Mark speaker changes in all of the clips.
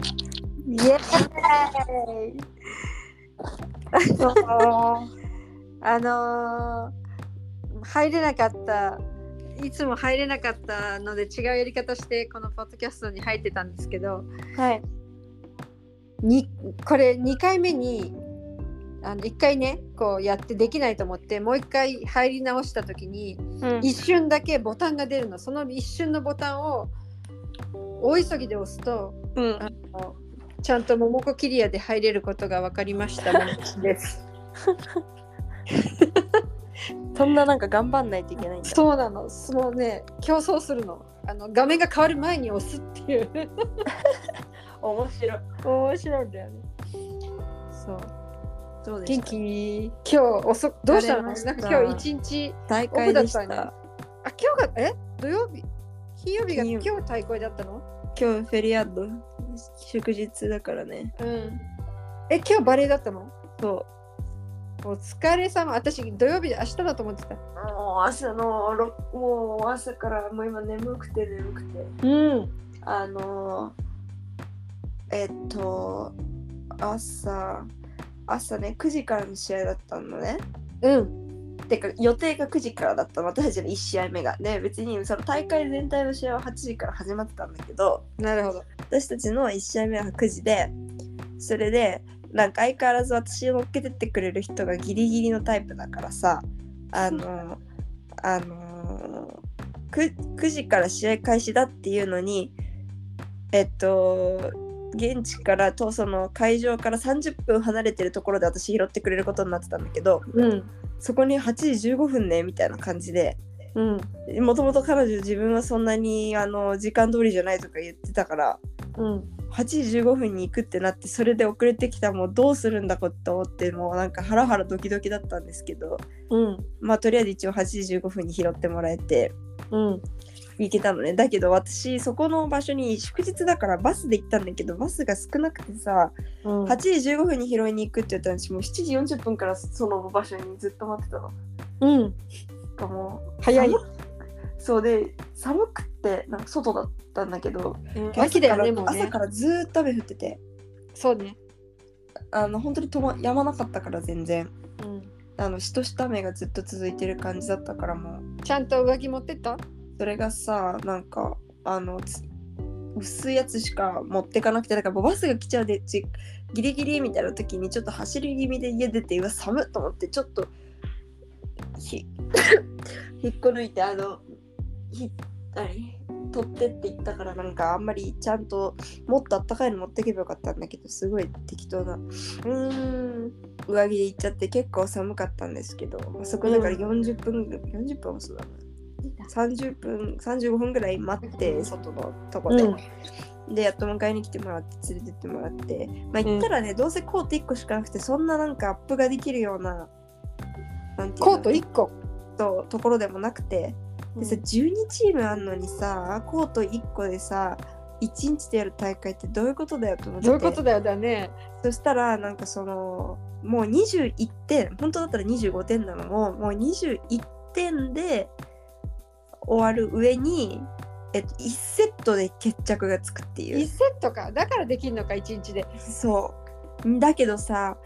Speaker 1: イエーイあのーあのー入れなかったいつも入れなかったので違うやり方してこのポッドキャストに入ってたんですけど
Speaker 2: はい。
Speaker 1: にこれ2回目にあの1回ねこうやってできないと思ってもう1回入り直した時に
Speaker 2: うん
Speaker 1: 一瞬だけボタンが出るのその一瞬のボタンを大急ぎで押すと
Speaker 2: うん
Speaker 1: あのちゃんと桃子キリアで入れることが分かりました。ももこです。
Speaker 2: そんななんか頑張んないといけないんだ。
Speaker 1: そうなの。そのね、競争するの。あの画面が変わる前に押すっていう。
Speaker 2: 面白い。面白いんだよね。
Speaker 1: そう。
Speaker 2: どうでし
Speaker 1: 元
Speaker 2: た
Speaker 1: 気今日遅くどうしたの？
Speaker 2: 疲れました
Speaker 1: なんか今日一日
Speaker 2: 大
Speaker 1: オフ
Speaker 2: 会
Speaker 1: だ
Speaker 2: で
Speaker 1: っ
Speaker 2: したた。
Speaker 1: ねあ今日がえ土曜日金曜日が
Speaker 2: 金曜
Speaker 1: 今
Speaker 2: 日
Speaker 1: 日大会だったの？
Speaker 2: 今日フェリアッド祝日だからね。
Speaker 1: うん。え今日バレーだったの？
Speaker 2: そう。
Speaker 1: お疲れ様。私土曜日で明日だと思ってた。
Speaker 2: もう朝のろもう朝からもう今眠くて眠くて
Speaker 1: うん。
Speaker 2: あのーえっと朝朝ね9時からの試合だったのね
Speaker 1: うん。
Speaker 2: てか予定が9時からだったの私たちの1試合目がね別にその大会全体の試合は8時から始まってたんだけど
Speaker 1: なるほど。
Speaker 2: 私たちの1試合目は9時でそれでなんか相変わらず私を乗っけてってくれる人がギリギリのタイプだからさあのあの 9, 9時から試合開始だっていうのにえっと現地からとその会場から30分離れてるところで私拾ってくれることになってたんだけど
Speaker 1: うん。
Speaker 2: そこに8時15分ねみたいな感じで
Speaker 1: うん。
Speaker 2: もともと彼女自分はそんなにあの時間通りじゃないとか言ってたから
Speaker 1: うん。
Speaker 2: 8時15分に行くってなってそれで遅れてきたもうどうするんだこって思ってもうなんかハラハラドキドキだったんですけど
Speaker 1: うん。
Speaker 2: まあとりあえず一応8時15分に拾ってもらえて
Speaker 1: うん。
Speaker 2: 行けたのねだけど私そこの場所に祝日だからバスで行ったんだけどバスが少なくてさ
Speaker 1: うん
Speaker 2: 8時15分に拾いに行くって言ったのにもう7時40分からその場所にずっと待ってたの。
Speaker 1: うん。
Speaker 2: かもう
Speaker 1: 早い。
Speaker 2: そうで寒くってなんか外だったんだけど
Speaker 1: 秋だよね
Speaker 2: 朝
Speaker 1: も
Speaker 2: か
Speaker 1: う
Speaker 2: ら
Speaker 1: ね
Speaker 2: 朝からずーっと雨降ってて
Speaker 1: そうね。
Speaker 2: あの本当にとまやまなかったから全然。
Speaker 1: うん。
Speaker 2: あのしとした雨がずっと続いてる感じだったからもう
Speaker 1: ちゃんと上着持ってった？
Speaker 2: それがさなんかあのつ薄いやつしか持ってかなくてだからもうバスが来ちゃうでちギリギリみたいな時にちょっと走り気味で家出てうわ寒っと思ってちょっとひ 引っこ抜いてあのひ何取ってって言ったからなんかあんまりちゃんともっとあったかいの持ってけばよかったんだけどすごい適当なうーん上着で行っちゃって結構寒かったんですけどそこだから40分、ぐ40分もそうだな30分35分ぐらい待って、
Speaker 1: うん
Speaker 2: 外のとこで、
Speaker 1: うん
Speaker 2: でやっと迎えに来てもらって連れてってもらってまあ行ったらね、どうせコート1個しかなくてそんななんかアップができるようななんていう
Speaker 1: コ
Speaker 2: の
Speaker 1: ート一個。
Speaker 2: とところでもなくてでさ12チームあんのにさコート1個でさ1日でやる大会ってどういうことだよと思って
Speaker 1: どういうことだよだね。
Speaker 2: そしたらなんかそのもう21点本当だったら25点なのをもう21点で終わる上に、えっと、1セットで決着がつくってい
Speaker 1: 一
Speaker 2: う
Speaker 1: セットか。だからできるのか一日で。
Speaker 2: そうだけどさ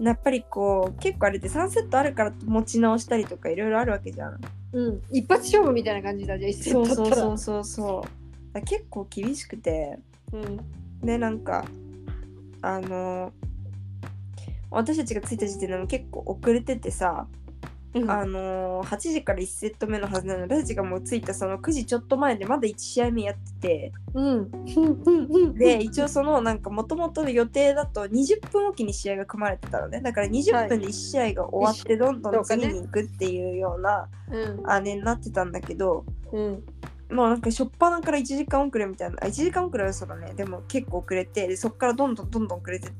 Speaker 2: やっぱりこう結構あれって3セットあるから持ち直したりとかいろいろあるわけじゃん
Speaker 1: うん。一発勝負みたいな感じだじゃん一セ
Speaker 2: そう
Speaker 1: ット
Speaker 2: そ
Speaker 1: だっ
Speaker 2: う
Speaker 1: たら。
Speaker 2: そうそうそうだから結構厳しくて
Speaker 1: うん。
Speaker 2: でなんかあの私たちが着いた時点でも結構遅れててさ、
Speaker 1: うん
Speaker 2: あのー8時から1セット目のはずなので私たちがもう着いたその9時ちょっと前でまだ1試合目やって
Speaker 1: うん。うんうん
Speaker 2: てで一応そのなんかもともとの予定だと20分おきに試合が組まれてたのねだから20分で1試合が終わってどんど
Speaker 1: そ
Speaker 2: ん
Speaker 1: うかね
Speaker 2: 次に行くっていうような
Speaker 1: うん
Speaker 2: あれになってたんだけど
Speaker 1: うん
Speaker 2: もうなんか初っ端から1時間遅れみたいなあ1時間遅れはそうだねでも結構遅れてでそっからどんどんどんどん遅れてっ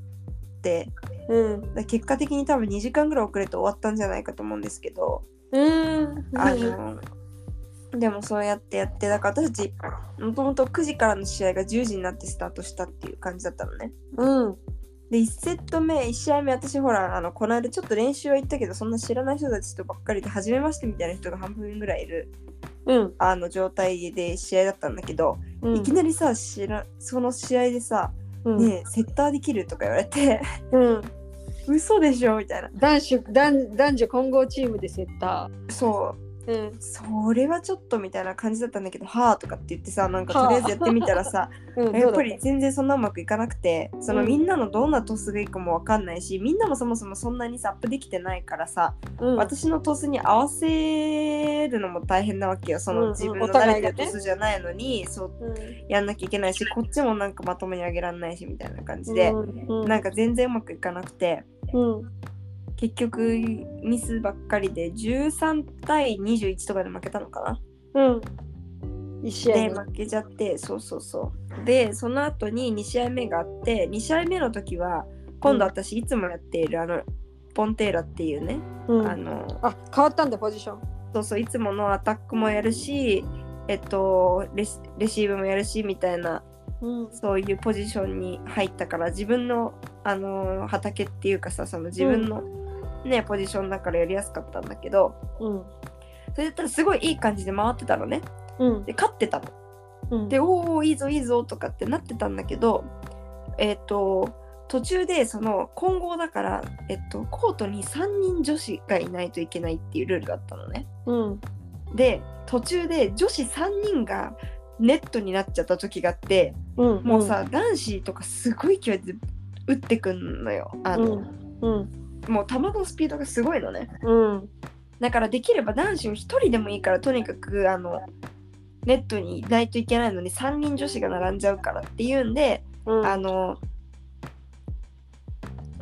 Speaker 2: て
Speaker 1: うん
Speaker 2: だから結果的に多分2時間ぐらい遅れて終わったんじゃないかと思うんですけど。
Speaker 1: うん
Speaker 2: あのでもそうやってやってだから私たちもともと9時からの試合が10時になってスタートしたっていう感じだったのね。
Speaker 1: うん
Speaker 2: で1セット目1試合目私ほらあのこの間ちょっと練習は行ったけどそんな知らない人たちとばっかりで初めましてみたいな人が半分ぐらいいる
Speaker 1: うん
Speaker 2: あの状態で試合だったんだけど、
Speaker 1: うん
Speaker 2: いきなりさ知らその試合でさ
Speaker 1: うん
Speaker 2: ねえセッターできるとか言われて
Speaker 1: うん、
Speaker 2: 嘘でしょみたいな
Speaker 1: 男子男男女混合チームでセッタ
Speaker 2: そ
Speaker 1: ー、
Speaker 2: う
Speaker 1: うん
Speaker 2: それはちょっとみたいな感じだったんだけど「はあ」とかって言ってさなんか
Speaker 1: はあ
Speaker 2: とりあえずやってみたらさ
Speaker 1: うん、
Speaker 2: や
Speaker 1: ど
Speaker 2: っ
Speaker 1: うだ
Speaker 2: ぱり全然そんなうまくいかなくてそうの
Speaker 1: ん
Speaker 2: みんなのどんなトスがいいかもわかんないしみんなもそもそもそんなにさアップできてないからさ
Speaker 1: た、うん、
Speaker 2: 私のトスに合わせるのも大変なわけよそ
Speaker 1: うんう
Speaker 2: の
Speaker 1: ん
Speaker 2: 自分
Speaker 1: お
Speaker 2: の
Speaker 1: 互
Speaker 2: 誰
Speaker 1: いが
Speaker 2: か
Speaker 1: ね
Speaker 2: トスじゃないのにそう
Speaker 1: うん
Speaker 2: やんなきゃいけないしこっちもなんかまともに上げられないしみたいな感じで
Speaker 1: うんうん
Speaker 2: なんか全然うまくいかなくて。
Speaker 1: うん
Speaker 2: 結局ミスばっかりで13対21とかで負けたのかな
Speaker 1: うん一試合
Speaker 2: で
Speaker 1: ね
Speaker 2: 負けちゃってそうそうそうでその後に2試合目があって2試合目の時は今度私いつもやっているあのポンテーラっていうね、
Speaker 1: うん
Speaker 2: あの
Speaker 1: あ変わったんだポジション
Speaker 2: そうそういつものアタックもやるしえっとレシレシーブもやるしみたいな
Speaker 1: うん
Speaker 2: そういうポジションに入ったから自分のあの畑っていうかさその自分の、ねポジションだからやりやすかったんだけど、
Speaker 1: うん
Speaker 2: それだったらすごいいい感じで回ってたのね
Speaker 1: うん
Speaker 2: で勝ってたの
Speaker 1: うん
Speaker 2: でおおいいぞいいぞとかってなってたんだけどえっ、と途中でその混合だから、えっと、コートに3人女子がいないといけないっていうルールだったのね
Speaker 1: うん
Speaker 2: で途中で女子3人がネットになっちゃった時があって
Speaker 1: うん
Speaker 2: もうさ、男子とかすごい勢いで打ってくんのよあ
Speaker 1: う
Speaker 2: の、
Speaker 1: んうん
Speaker 2: もう球のスピードがすごいのね
Speaker 1: うん
Speaker 2: だからできれば男子を1人でもいいからとにかくあのネットにいないといけないのに3人女子が並んじゃうからっていうんで、
Speaker 1: うん
Speaker 2: あの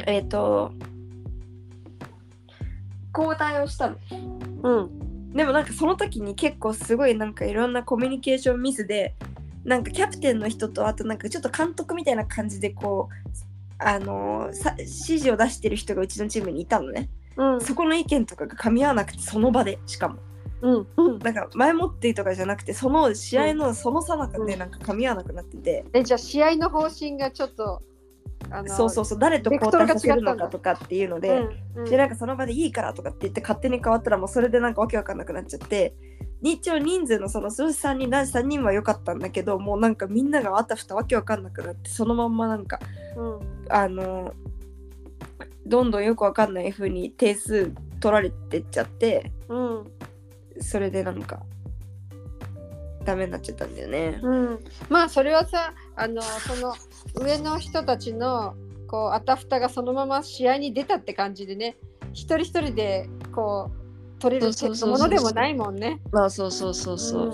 Speaker 2: えっ、と交代をしたの
Speaker 1: うん
Speaker 2: でもなんかその時に結構すごいなんかいろんなコミュニケーションミスでなんかキャプテンの人とあとなんかちょっと監督みたいな感じでこうあのさ指示を出してる人がうちのチームにいたのね
Speaker 1: うん
Speaker 2: そこの意見とかが噛み合わなくてその場でしかも
Speaker 1: うんうん
Speaker 2: なんか前もってとかじゃなくてその試合のそのさなか
Speaker 1: う
Speaker 2: で
Speaker 1: ん
Speaker 2: なんか噛み合わなくなってて、
Speaker 1: えじゃあ試合の方針がちょっとあ
Speaker 2: そうそうそう誰と交代させるのかとかっていうの
Speaker 1: う
Speaker 2: で、
Speaker 1: んうん
Speaker 2: でなんかその場でいいからとかって言って勝手に変わったらもうそれでなんかわけわかんなくなっちゃって一応人数のその数字3人男子3人は良かったんだけどもうなんかみんながあたふたわけわかんなくなってそのまんまなんか
Speaker 1: うん
Speaker 2: あのどんどんよくわかんない風に定数取られてっちゃって
Speaker 1: うん
Speaker 2: それでなんかダメになっちゃったんだよね。
Speaker 1: うん、まあそれはさあのその上の人たちのこうあたふたがそのまま試合に出たって感じでね一人一人でこう取れる
Speaker 2: そうそうそうそう
Speaker 1: ものでもないもんね。
Speaker 2: まあそうそうそうそう、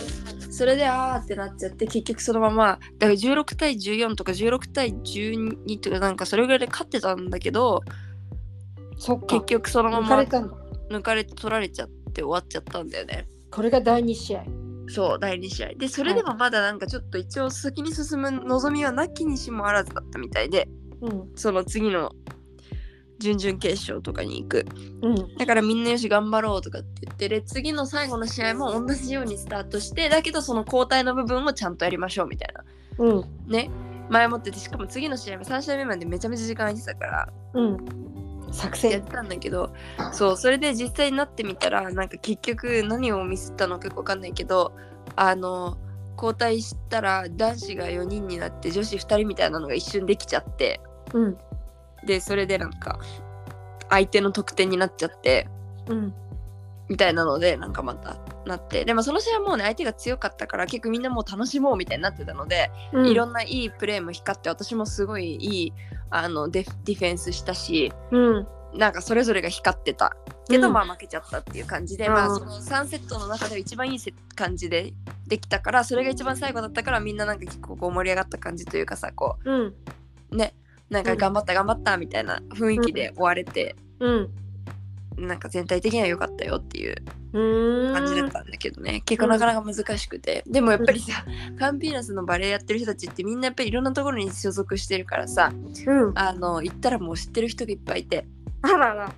Speaker 2: それであーってなっちゃって結局そのままだから16対14とか16対12とかなんかそれぐらいで勝ってたんだけど
Speaker 1: うんそっか
Speaker 2: 結局そのま
Speaker 1: 抜か
Speaker 2: ま
Speaker 1: れたんだ
Speaker 2: 抜かれて取られちゃって終わっちゃったんだよね
Speaker 1: これが第2試合。
Speaker 2: そう第2試合でそれでもまだなんかちょっと一応先に進む望みはなきにしもあらずだったみたいで
Speaker 1: うん
Speaker 2: その次の準々決勝とかに行く
Speaker 1: うん
Speaker 2: だからみんなよし頑張ろうとかって言ってで次の最後の試合も同じようにスタートしてだけどその交代の部分をちゃんとやりましょうみたいな
Speaker 1: うん
Speaker 2: ね前もっててしかも次の試合目3試合目までめちゃめちゃ時間空いてたから
Speaker 1: うん作
Speaker 2: やっ
Speaker 1: 戦。
Speaker 2: てたんだけどそうそれで実際になってみたらなんか結局何をミスったのかよくわかんないけどあの交代したら男子が4人になって女子2人みたいなのが一瞬できちゃって
Speaker 1: うん
Speaker 2: でそれでなんか相手の得点になっちゃって
Speaker 1: うん
Speaker 2: みたいなのでなんかまたなってでもその試合はもうね相手が強かったから結構みんなもう楽しもうみたいになってたので
Speaker 1: うん
Speaker 2: いろんないいプレーも光って私もすごいいいあのデフディフェンスしたし
Speaker 1: うん
Speaker 2: なんかそれぞれが光ってたけど、
Speaker 1: うん
Speaker 2: まあ負けちゃったっていう感じで、
Speaker 1: うん
Speaker 2: まあ、その3セットの中では一番いいせ感じでできたからそれが一番最後だったからみんななんか結構こう盛り上がった感じというかさこ
Speaker 1: うん
Speaker 2: うねなんか
Speaker 1: うん
Speaker 2: 頑張った頑張ったみたいな雰囲気で終われて、
Speaker 1: うん
Speaker 2: なんか全体的には良かったよっていう
Speaker 1: うーん
Speaker 2: 感じだったんだけどね結構なかなか難しくて、でもやっぱりさカンピーナスのバレエやってる人たちってみんなやっぱりいろんなところに所属してるからさ
Speaker 1: うん
Speaker 2: あの行ったらもう知ってる人がいっぱいいて
Speaker 1: あら ら。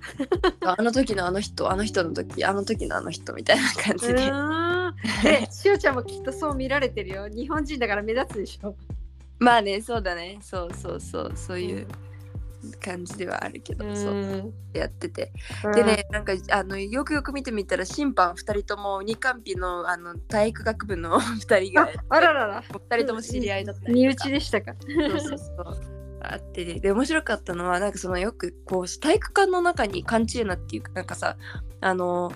Speaker 2: あの時のあの人あの人の時あの時のあの人みたいな感じ
Speaker 1: う
Speaker 2: で、
Speaker 1: ーんでしおちゃんもきっとそう見られてるよ。日本人だから目立つでしょ。
Speaker 2: まあねそうだねそうそうそうそういう感じではあるけど、そうやってて、でねなんかあのよくよく見てみたら審判2人とも二冠比のあの体育学部の 2人
Speaker 1: あ
Speaker 2: が
Speaker 1: あららら。
Speaker 2: 2人とも知り合いだった
Speaker 1: 身
Speaker 2: り
Speaker 1: 内
Speaker 2: とか
Speaker 1: でしたか。
Speaker 2: そうそうそうあってで面白かったのはなんかそのよくこう体育館の中に缶チューナっていうかなんかさあの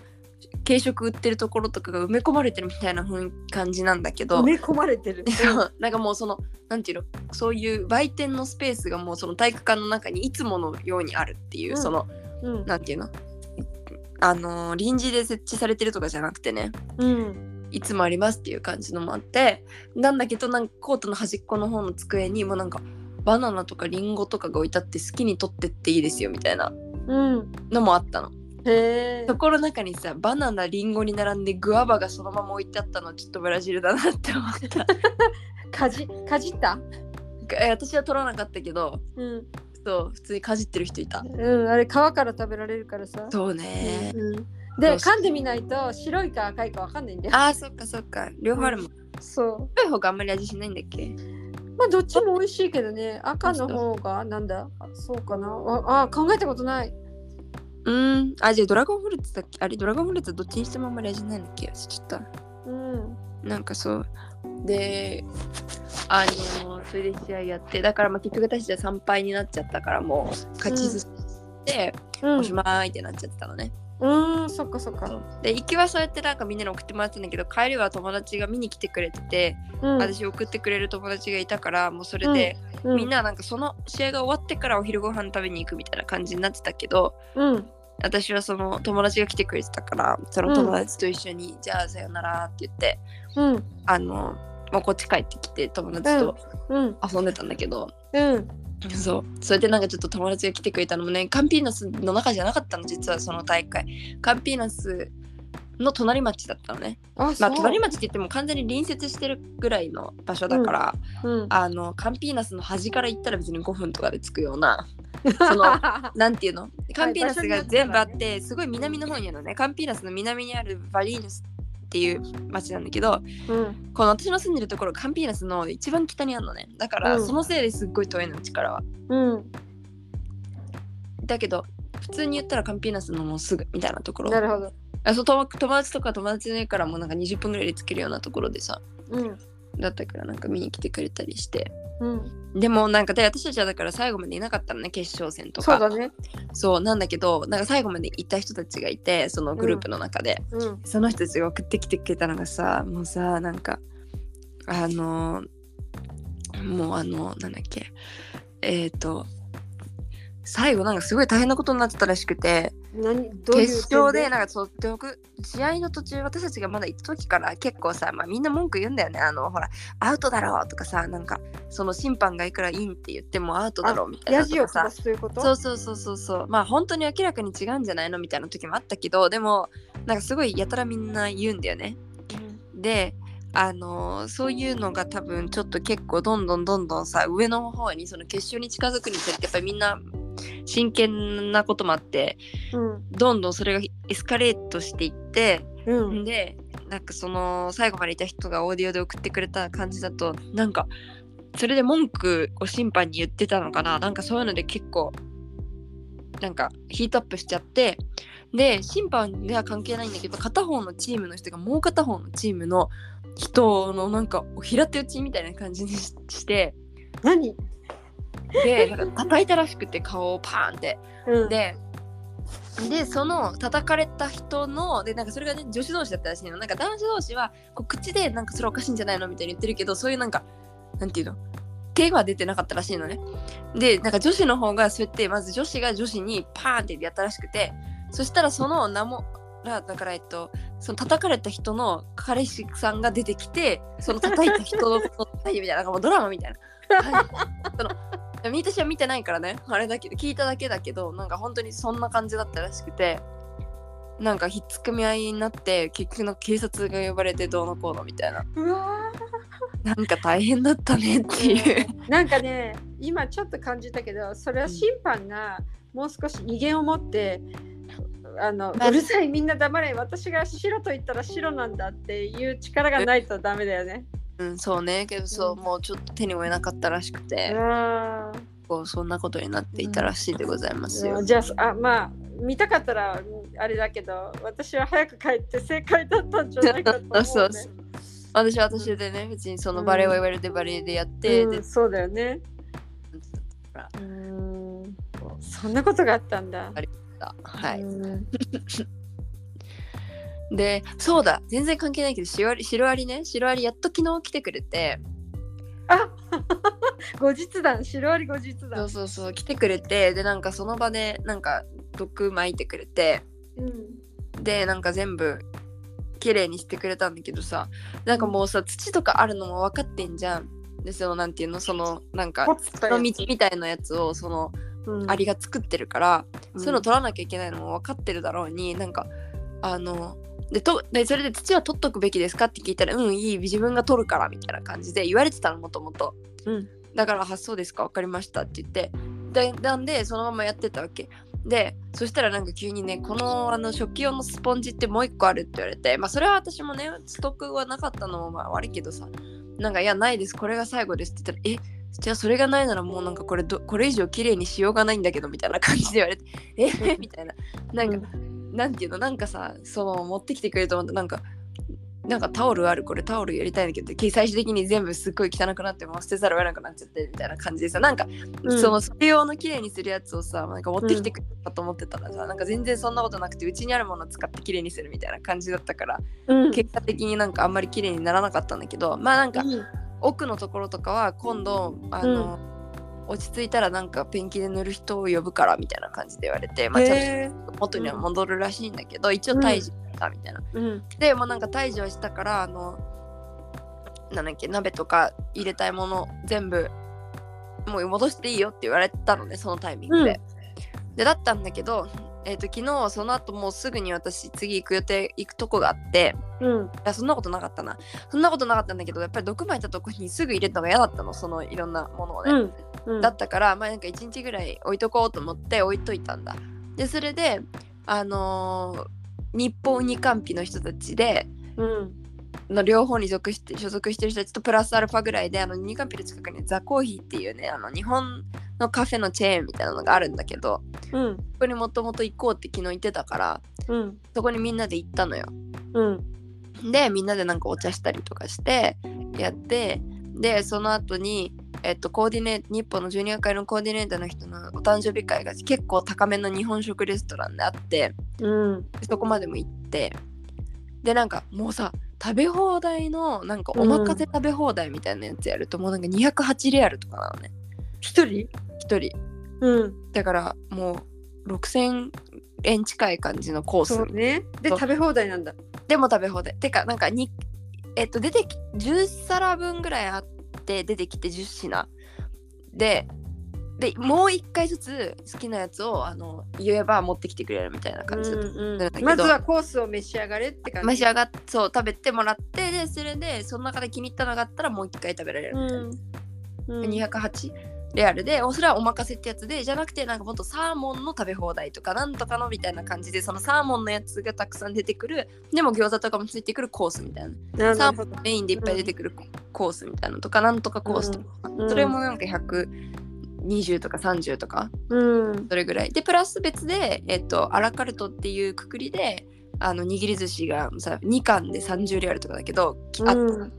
Speaker 2: 軽食売ってるところとかが埋め込まれてるみたいな雰囲気感じなんだけど
Speaker 1: 埋め込まれてる。
Speaker 2: なんかもうそのなんていうのそういう売店のスペースがもうその体育館の中にいつものようにあるってい
Speaker 1: う
Speaker 2: う、
Speaker 1: ん
Speaker 2: その
Speaker 1: うん。
Speaker 2: なんていうのあのー臨時で設置されてるとかじゃなくてね
Speaker 1: うん。
Speaker 2: いつもありますっていう感じのもあってなんだけどなんかコートの端っこの方の机にもうなんかバナナとかリンゴとかが置いてあって好きに取ってっていいですよみたいな
Speaker 1: うん。
Speaker 2: のもあったの
Speaker 1: へえ
Speaker 2: と。ころの中にさバナナリンゴに並んでグアバがそのまま置いてあったのはちょっとブラジルだなって思った
Speaker 1: かじ、かじった。
Speaker 2: え私は取らなかったけど
Speaker 1: うん。
Speaker 2: そう普通にかじってる人いた
Speaker 1: うん、あれ皮から食べられるからさ。
Speaker 2: そうね
Speaker 1: うんうん
Speaker 2: そ
Speaker 1: で
Speaker 2: う
Speaker 1: 噛んでみないと白いか赤いかわかんないんだよ。
Speaker 2: あーそっかそっか両方あるもん
Speaker 1: そ
Speaker 2: 黒い方があんまり味しないんだっけ
Speaker 1: う。まあどっちも美味しいけどね。赤の方がなんだあそうかな。ああ考えたことない。
Speaker 2: うーん。あ、じゃあドラゴンフルーツだっけあれ、ドラゴンフルーツはどっちにしてもあんまり味ないのっけちょっと。
Speaker 1: うん。
Speaker 2: なんかそう。で、あのーそれで試合やって、だからまあ結局私じゃ3敗になっちゃったからもう勝ち進んで、
Speaker 1: うん
Speaker 2: おしまいってなっちゃってたのね。
Speaker 1: うん、そっかそっ
Speaker 2: そ
Speaker 1: か。
Speaker 2: うで、行きはそうやってなんかみんなに送ってもらってたんだけど、帰りは友達が見に来てくれてて、
Speaker 1: うん、
Speaker 2: 私送ってくれる友達がいたから、もうそれで、
Speaker 1: うん、
Speaker 2: みんななんかその試合が終わってからお昼ご飯食べに行くみたいな感じになってたけど、
Speaker 1: うん。
Speaker 2: 私はその友達が来てくれてたからその友達と一緒に、じゃあさよならって言って
Speaker 1: うん。
Speaker 2: あの、まあ、こっち帰ってきて友達と
Speaker 1: うん。
Speaker 2: 遊んでたんだけど、
Speaker 1: うん。
Speaker 2: そうそれでなんかちょっと友達が来てくれたのもねカンピーナスの中じゃなかったの実はその大会カンピーナスの隣町だったのね、
Speaker 1: あ、
Speaker 2: ま
Speaker 1: そ
Speaker 2: あ、
Speaker 1: う。
Speaker 2: 隣町って言っても完全に隣接してるぐらいの場所だから、
Speaker 1: うん。
Speaker 2: あのカンピーナスの端から行ったら別に5分とかで着くよ うなそのなんていうのカンピーナスが全部あってすごい南の方にあるのねカンピーナスの南にあるバリーヌスっていう町なんだけど
Speaker 1: うん。
Speaker 2: この私の住んでるところカンピーナスの一番北にあるのねだから
Speaker 1: うん
Speaker 2: そのせいですっごい遠いのうちからは
Speaker 1: うん。
Speaker 2: だけど普通に言ったらカンピーナスのもうすぐみたいなところ
Speaker 1: なるほど。
Speaker 2: あそう友友達とか友達の家からもうなんか20分ぐらいで着けるようなところでさ
Speaker 1: うん。
Speaker 2: だったからなんか見に来てくれたりして
Speaker 1: うん。
Speaker 2: でもなんかで私たちはだから最後までいなかったのね決勝戦とか
Speaker 1: そうだね。
Speaker 2: そうなんだけどなんか最後まで行った人たちがいてそのグループの中で、
Speaker 1: うん。
Speaker 2: その人たちが送ってきてくれたのがさもうさなんかあのもうあのなんだっけえっ、ー、と最後なんかすごい大変なことになってたらしくて
Speaker 1: 何どういう
Speaker 2: 決勝でなんかそうよく試合の途中私たちがまだ行った時から結構さ、まあ、みんな文句言うんだよねあのほらアウトだろうとかさなんかその審判がいくらインって言ってもアウトだろうみたいな
Speaker 1: ヤ
Speaker 2: と
Speaker 1: ジを
Speaker 2: かさ
Speaker 1: 下すということ
Speaker 2: そうそうそうそうそうまあ本当に明らかに違うんじゃないのみたいな時もあったけどでもなんかすごいやたらみんな言うんだよねであのーそういうのが多分ちょっと結構どんどんどんどんさ上の方にその決勝に近づくにつれてやっぱりみんな真剣なこともあって
Speaker 1: うん。
Speaker 2: どんどんそれがエスカレートしていって
Speaker 1: うん。うん。
Speaker 2: でなんかその最後までいた人がオーディオで送ってくれた感じだとなんかそれで文句を審判に言ってたのかななんかそういうので結構なんかヒートアップしちゃってで審判では関係ないんだけど片方のチームの人がもう片方のチームの人のなんか平手打ちみたいな感じにしして
Speaker 1: 何
Speaker 2: でなんか叩いたらしくて顔をパーンって。
Speaker 1: うん。
Speaker 2: ででその叩かれた人のでなんかそれが、ね、女子同士だったらしいのなんか男子同士はこう口でなんかそれおかしいんじゃないのみたいに言ってるけどそういうなんかなんていうの手が出てなかったらしいのねでなんか女子の方がそうやってまず女子が女子にパーンってやったらしくてそしたらその名もらだからえっとその叩かれた人の彼氏さんが出てきてその叩いた人のことを叩いてみたいななんかもうドラマみたいな感じその私は見てないからねあれだけど聞いただけだけどなんか本当にそんな感じだったらしくてなんかひっつくみ合いになって結局の警察が呼ばれてどうのこうのみたいな
Speaker 1: うわ
Speaker 2: なんか大変だったねっていう
Speaker 1: ーなんかね、今ちょっと感じたけど、それは審判がもう少し威厳を持って、あの
Speaker 2: まあ
Speaker 1: うるさいみんな黙れ私が白と言ったら白なんだっていう力がないとダメだよね。
Speaker 2: うんそうねけどそう、もうちょっと手に負えなかったらしく
Speaker 1: う
Speaker 2: て、
Speaker 1: ん
Speaker 2: こうそんなことになっていたらしいでございますよ、
Speaker 1: うんじゃあそあまあ見たかったらうんあれだけど私は早く帰って正解だったんじゃないかと思う、ね、
Speaker 2: そうそう私は私でね別にそのバレエを言われてバレエでやって、
Speaker 1: うん
Speaker 2: で
Speaker 1: そうだよね
Speaker 2: から
Speaker 1: うーんそんなことがあったんだ。
Speaker 2: は
Speaker 1: う
Speaker 2: い
Speaker 1: ーん
Speaker 2: でそうだ全然関係ないけどシロアリシロアリねシロアリやっと昨日来てくれて
Speaker 1: あ後日談、シロアリ後日談。
Speaker 2: そうそうそう来てくれてでなんかその場でなんか毒撒いてくれて
Speaker 1: うん
Speaker 2: でなんか全部綺麗にしてくれたんだけどさなんかもうさ土とかあるのも分かってんじゃんでそのなんていうのそのなんか
Speaker 1: ポツと
Speaker 2: の
Speaker 1: や
Speaker 2: 道
Speaker 1: つ
Speaker 2: みたいなやつをその
Speaker 1: うん
Speaker 2: アリが作ってるから、
Speaker 1: うん
Speaker 2: そういうの取らなきゃいけないのも分かってるだろうになんかあのでとでそれで土は取っとくべきですかって聞いたら「うんいい自分が取るから」みたいな感じで言われてたのもともと
Speaker 1: うん
Speaker 2: だから「発想ですか分かりました」って言ってでなんでそのままやってたわけでそしたらなんか急にねこのあの食器用のスポンジってもう一個あるって言われてまあそれは私もねストックはなかったのもまあ悪いけどさなんか「いやないですこれが最後です」って言ったら「えじゃあそれがないならもうなんかこれどこれ以上綺麗にしようがないんだけどみたいな感じで言わ れて「えみたいななんか、なんていうのなんかさその持ってきてくれると思ったなんかなんかタオルあるこれタオルやりたいんだけどで最終的に全部すっごい汚くなってもう捨てざるを得なくなっちゃってみたいな感じでさなんか、
Speaker 1: うん
Speaker 2: そのそれ用の綺麗にするやつをさなんか持ってきてくれたと思ってたらさ、なんか全然そんなことなくてうちにあるものを使って綺麗にするみたいな感じだったから
Speaker 1: うん
Speaker 2: 結果的になんかあんまり綺麗にならなかったんだけどまあなんか
Speaker 1: うん
Speaker 2: 奥のところとかは今度あの、落ち着いたらなんかペンキで塗る人を呼ぶからみたいな感じで言われて、まあ、ちゃん
Speaker 1: へ
Speaker 2: と元には戻るらしいんだけど、一応退治したみたいな。
Speaker 1: ーうん
Speaker 2: でもうなんか退治をしたからあのなんだっけ鍋とか入れたいもの全部もう戻していいよって言われたのねそのタイミングで。でだったんだけど、えー、と昨日その後もうすぐに私次行く予定行くとこがあって。
Speaker 1: うん
Speaker 2: いやそんなことなかったなそんなことなかったんだけどやっぱり毒まいたとこにすぐ入れたのが嫌だったのそのいろんなものをね、
Speaker 1: うんうん
Speaker 2: だったからまあなんか1日ぐらい置いとこうと思って置いといたんだでそれであのー日本二官費の人たちで
Speaker 1: うん
Speaker 2: の両方に属して所属してる人たちとプラスアルファぐらいであの二官費の近くにザコーヒーっていうねあの日本のカフェのチェーンみたいなのがあるんだけど
Speaker 1: うん
Speaker 2: そこにもともと行こうって昨日言ってたから
Speaker 1: うん
Speaker 2: そこにみんなで行ったのよ
Speaker 1: うん
Speaker 2: でみんなでなんかお茶したりとかしてやってでその後にえっとコーディネ日本のジュニア会のコーディネーターの人のお誕生日会が結構高めの日本食レストランであって
Speaker 1: うん
Speaker 2: そこまでも行ってでなんかもうさ食べ放題のなんかお任せ食べ放題みたいなやつやると、もうなんか208レアルとかなのね
Speaker 1: 一人
Speaker 2: 1人
Speaker 1: うん
Speaker 2: だからもう6000円近い感じのコース
Speaker 1: そうねで
Speaker 2: そう
Speaker 1: 食べ放題なんだ
Speaker 2: でも食べ放題てかなんかにえっと出てき10皿分ぐらいあって出てきて10品ででもう1回ずつ好きなやつをあの言えば持ってきてくれるみたいな感じだった、
Speaker 1: うんうん
Speaker 2: だけど
Speaker 1: まずはコースを召し上がれって感じ
Speaker 2: 召し上がってそう食べてもらってでそれでその中で気に入ったのがあったらもう1回食べられるみたいな、
Speaker 1: うんうん
Speaker 2: 208レアルでおそれはお任せってやつでじゃなくてなんかもっとサーモンの食べ放題とかなんとかのみたいな感じでそのサーモンのやつがたくさん出てくるでも餃子とかもついてくるコースみたいな
Speaker 1: な
Speaker 2: サ
Speaker 1: る
Speaker 2: ー
Speaker 1: ほ
Speaker 2: モン
Speaker 1: ど
Speaker 2: メインでいっぱい出てくるコースみたいなのとか、なんとかコースとか、
Speaker 1: うん
Speaker 2: それもなんか120とか30とか
Speaker 1: うん
Speaker 2: それぐらいでプラス別で、えっと、アラカルトっていうくくりであの握り寿司がさ2貫で30レアルとかだけど、きあ
Speaker 1: うん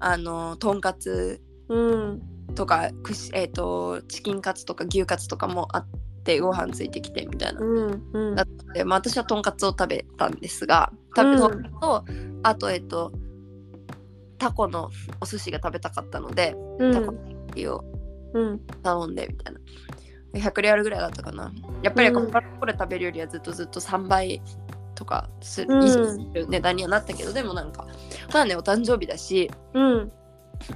Speaker 2: あのとんかつ
Speaker 1: うん
Speaker 2: とかくし、えっと、チキンカツとか牛カツとかもあってご飯ついてきてみたいな。
Speaker 1: うんうん
Speaker 2: だったので、まあ、私はとんかつを食べたんですが食べと
Speaker 1: うん
Speaker 2: とあとえっとタコのお寿司が食べたかったので
Speaker 1: うん
Speaker 2: タコ焼きを
Speaker 1: うん
Speaker 2: 頼んでみたいな。100レアルぐらいだったかな。やっぱりこ
Speaker 1: うん
Speaker 2: れ食べるよりはずっとずっと3倍とかす
Speaker 1: うん
Speaker 2: る以上する値段にはなったけど、でもなんか、まあね、お誕生日だし、
Speaker 1: うん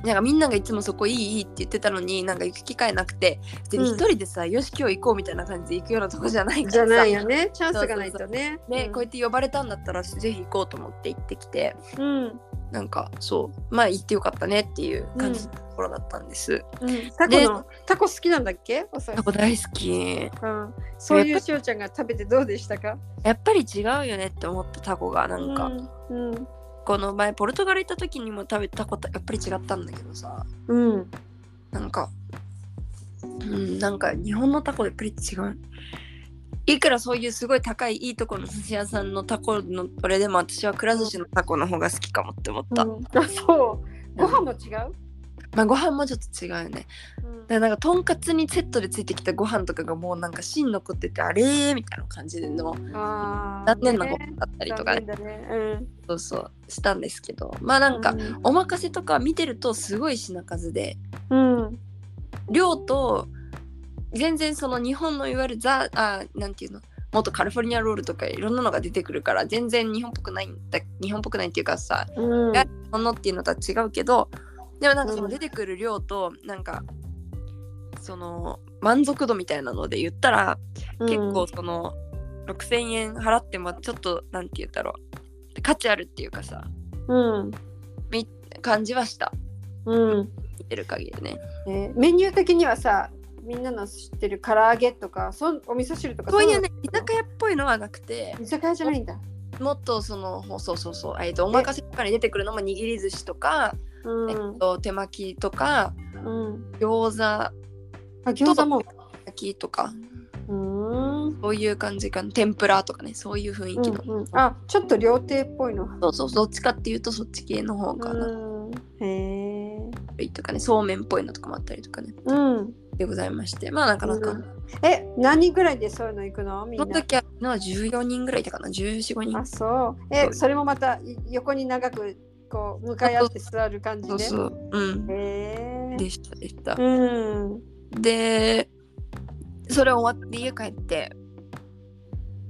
Speaker 2: なんかみんながいつもそこいいいいって言ってたのに、なんか行く機会なくて、別に
Speaker 1: うん
Speaker 2: 一人でさ、よし今日行こうみたいな感じで行くようなとこじゃないから
Speaker 1: じゃ
Speaker 2: さ
Speaker 1: ないよねチャンスがないとね
Speaker 2: ね、こう
Speaker 1: い
Speaker 2: やって呼ばれたんだったらぜひ行こうと思って行ってきて、
Speaker 1: うん
Speaker 2: なんかそう、まあ行ってよかったねっていう感じのところだったんです。
Speaker 1: うんタコのタコ好きなんだっけおさ
Speaker 2: タコ大好き。
Speaker 1: うんそういうしおちゃんが食べてどうでしたか
Speaker 2: やっぱり違うよねって思ったタコがなんか、
Speaker 1: うん
Speaker 2: この前ポルトガル行った時にも食べたタコとやっぱり違ったんだけどさ
Speaker 1: うん
Speaker 2: なんかうんなんか日本のタコとやっぱり違ういくらそういうすごい高いいいとこの寿司屋さんのタコのこれでも私はくら寿司のタコの方が好きかもって思った、
Speaker 1: あそうご飯も違う
Speaker 2: まあご飯もちょっと違うよねだからなんかとんかつにセットでついてきたご飯とかがもうなんか芯残っててあれーみたいな感じでの
Speaker 1: あ
Speaker 2: 残念な
Speaker 1: こ
Speaker 2: こ
Speaker 1: と
Speaker 2: だったりとか、ね、
Speaker 1: だね。うん。
Speaker 2: そうそうしたんですけどまあなんか、お任せとか見てるとすごい品数で
Speaker 1: うん。うん。
Speaker 2: 量と全然その日本のいわゆるザあなんていうのもっとカリフォルニアロールとかいろんなのが出てくるから全然日本っぽくないんだ日本っぽくないっていうかさ
Speaker 1: うん
Speaker 2: が日本のっていうのとは違うけどでもなんかその
Speaker 1: うん
Speaker 2: 出てくる量となんかその満足度みたいなので言ったら結構その6,000円払ってもちょっとなんて言うんだろう価値あるっていうかさ
Speaker 1: うん。
Speaker 2: 感じはした
Speaker 1: うん。
Speaker 2: 見てる限りね
Speaker 1: ねメニュー的にはさ、みんなの知ってる唐揚げとか、そんお味噌汁とか。
Speaker 2: そういう
Speaker 1: の
Speaker 2: ね居酒屋っぽいのはなくて
Speaker 1: 居酒屋じゃないんだ。
Speaker 2: もっとそのほそうそうそう、えっとお任せとかに出てくるのも握り寿司とか、
Speaker 1: う
Speaker 2: え
Speaker 1: ん
Speaker 2: っ。と手巻きとか
Speaker 1: うん。
Speaker 2: 餃子
Speaker 1: あ、餃子も。
Speaker 2: 焼きとか
Speaker 1: うん。うん
Speaker 2: そういう感じかな天ぷらとかねそういう雰囲気の、
Speaker 1: うん。あ、ちょっと料亭っぽいの。
Speaker 2: そうそうどっちかっていうとそっち系の方かな、
Speaker 1: うん。へえ。
Speaker 2: とかねそうめんっぽいのとかもあったりとかね
Speaker 1: うん。
Speaker 2: でございましてまあなかなか、
Speaker 1: うんえ、何ぐらいでそういうの行くのみ
Speaker 2: そ
Speaker 1: ん
Speaker 2: の
Speaker 1: な。
Speaker 2: 時はのは14人ぐらいいたかな1415人
Speaker 1: あ、そう。
Speaker 2: そ
Speaker 1: え、
Speaker 2: う
Speaker 1: それもまたい横に長くこう向かい合って座る感じ
Speaker 2: そう
Speaker 1: で。
Speaker 2: そううん
Speaker 1: へえ。
Speaker 2: でしたでした、
Speaker 1: うん。
Speaker 2: でそれ終わって家帰って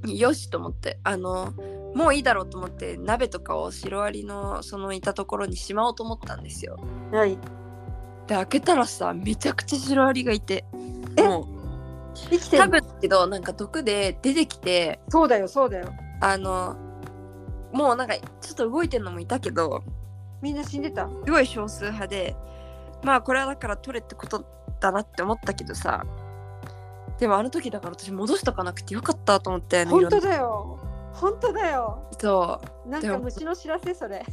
Speaker 2: よしと思ってあのもういいだろうと思って鍋とかをシロアリのそのいたところにしまおうと思ったんですよ
Speaker 1: はい。
Speaker 2: で開けたらさめちゃくちゃシロアリがいて
Speaker 1: え
Speaker 2: もう
Speaker 1: 生きて
Speaker 2: 多
Speaker 1: る。
Speaker 2: 分だけどなんか毒で出てきて
Speaker 1: そうだよ、そうだよ。
Speaker 2: あのもうなんかちょっと動いてるのもいたけど
Speaker 1: みんな死んでた。
Speaker 2: すごい少数派でまあこれはだから取れってことだなって思ったけどさでもあの時だから私戻しとかなくてよかったと思ったよね
Speaker 1: 本当
Speaker 2: いろん
Speaker 1: だよ。本当だよ。
Speaker 2: なそう
Speaker 1: なん
Speaker 2: で
Speaker 1: か
Speaker 2: も
Speaker 1: 虫の知らせそれ。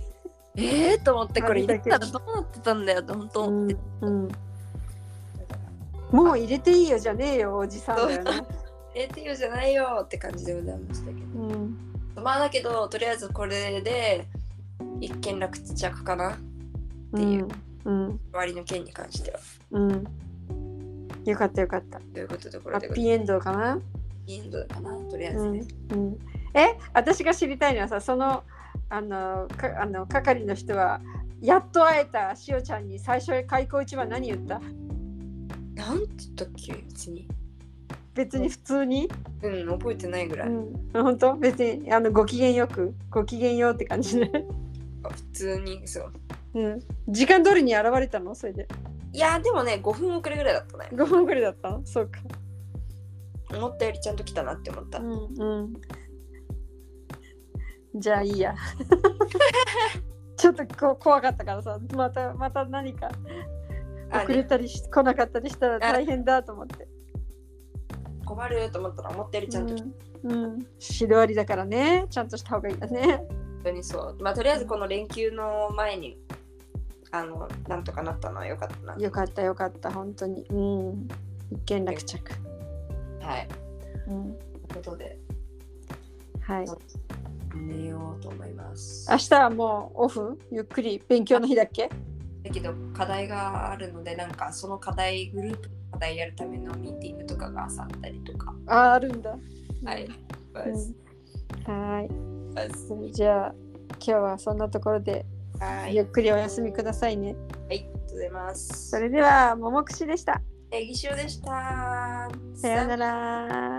Speaker 2: えー、と思ってこれ
Speaker 1: あ
Speaker 2: 入
Speaker 1: れ
Speaker 2: れ
Speaker 1: だけ
Speaker 2: たらどうなってたんだよって本当思って、
Speaker 1: うん。もう入れていいよじゃねえよおじさんだよね。
Speaker 2: えー、っていうじゃないよって感じでございましたけ
Speaker 1: うん。
Speaker 2: どまあだけどとりあえずこれで一件落着かなっていう
Speaker 1: うん。
Speaker 2: 割の件に関しては
Speaker 1: うん。うん。よかったよかった。
Speaker 2: ということでこ
Speaker 1: ハ
Speaker 2: れで
Speaker 1: ッピーエンドかな。
Speaker 2: インドかなとりあえ
Speaker 1: う
Speaker 2: ず
Speaker 1: ん
Speaker 2: ね、
Speaker 1: うん、え私が知りたいのはさそのあのかあの係の人はやっと会えたしおちゃんに最初開口一番何言った
Speaker 2: なんて言ったっけ別に
Speaker 1: 別に普通に、
Speaker 2: うん覚えてないぐら
Speaker 1: う
Speaker 2: い、
Speaker 1: ん、本当別にあのご機嫌よくご機嫌ようって感じね、
Speaker 2: 普通にそう
Speaker 1: うん、時間通りに現れたのそれで
Speaker 2: いやーでもね5分遅れぐらいだったね
Speaker 1: 5分ぐらいだったのそうか、
Speaker 2: 思ったよりちゃんと来たなって思った、
Speaker 1: んうん、じゃあいいや ちょっとこ怖かったからさまたまた何か
Speaker 2: あ
Speaker 1: 遅れ
Speaker 2: ね
Speaker 1: たりし来なかったりしたら大変だと思って。
Speaker 2: 困ると思ったら思ったよりちゃんと来た、
Speaker 1: うん、うん、シロアリだからね、ちゃんとした方がいいだね。
Speaker 2: 本当にそうまあとりあえずこの連休の前にあのなんとかなったのは良かったな
Speaker 1: よかったよかった、本当に。うん、一件落着。
Speaker 2: はい
Speaker 1: うん、
Speaker 2: ということで
Speaker 1: はい。
Speaker 2: 寝ようと思います
Speaker 1: 明日はもうオフ、ゆっくり勉強の日だっけ。
Speaker 2: だけど課題があるのでなんかその課題グループの課題やるためのミーティングとかが朝あったりとか
Speaker 1: あー、あるんだ。
Speaker 2: はい、
Speaker 1: うん。はい、
Speaker 2: ます
Speaker 1: それじゃあ、今日はそんなところで、
Speaker 2: はい
Speaker 1: ゆっくりお休みくださいね。
Speaker 2: ありがとうございます
Speaker 1: それでは、ももくしでした。
Speaker 2: えぎしおでした
Speaker 1: さようなら。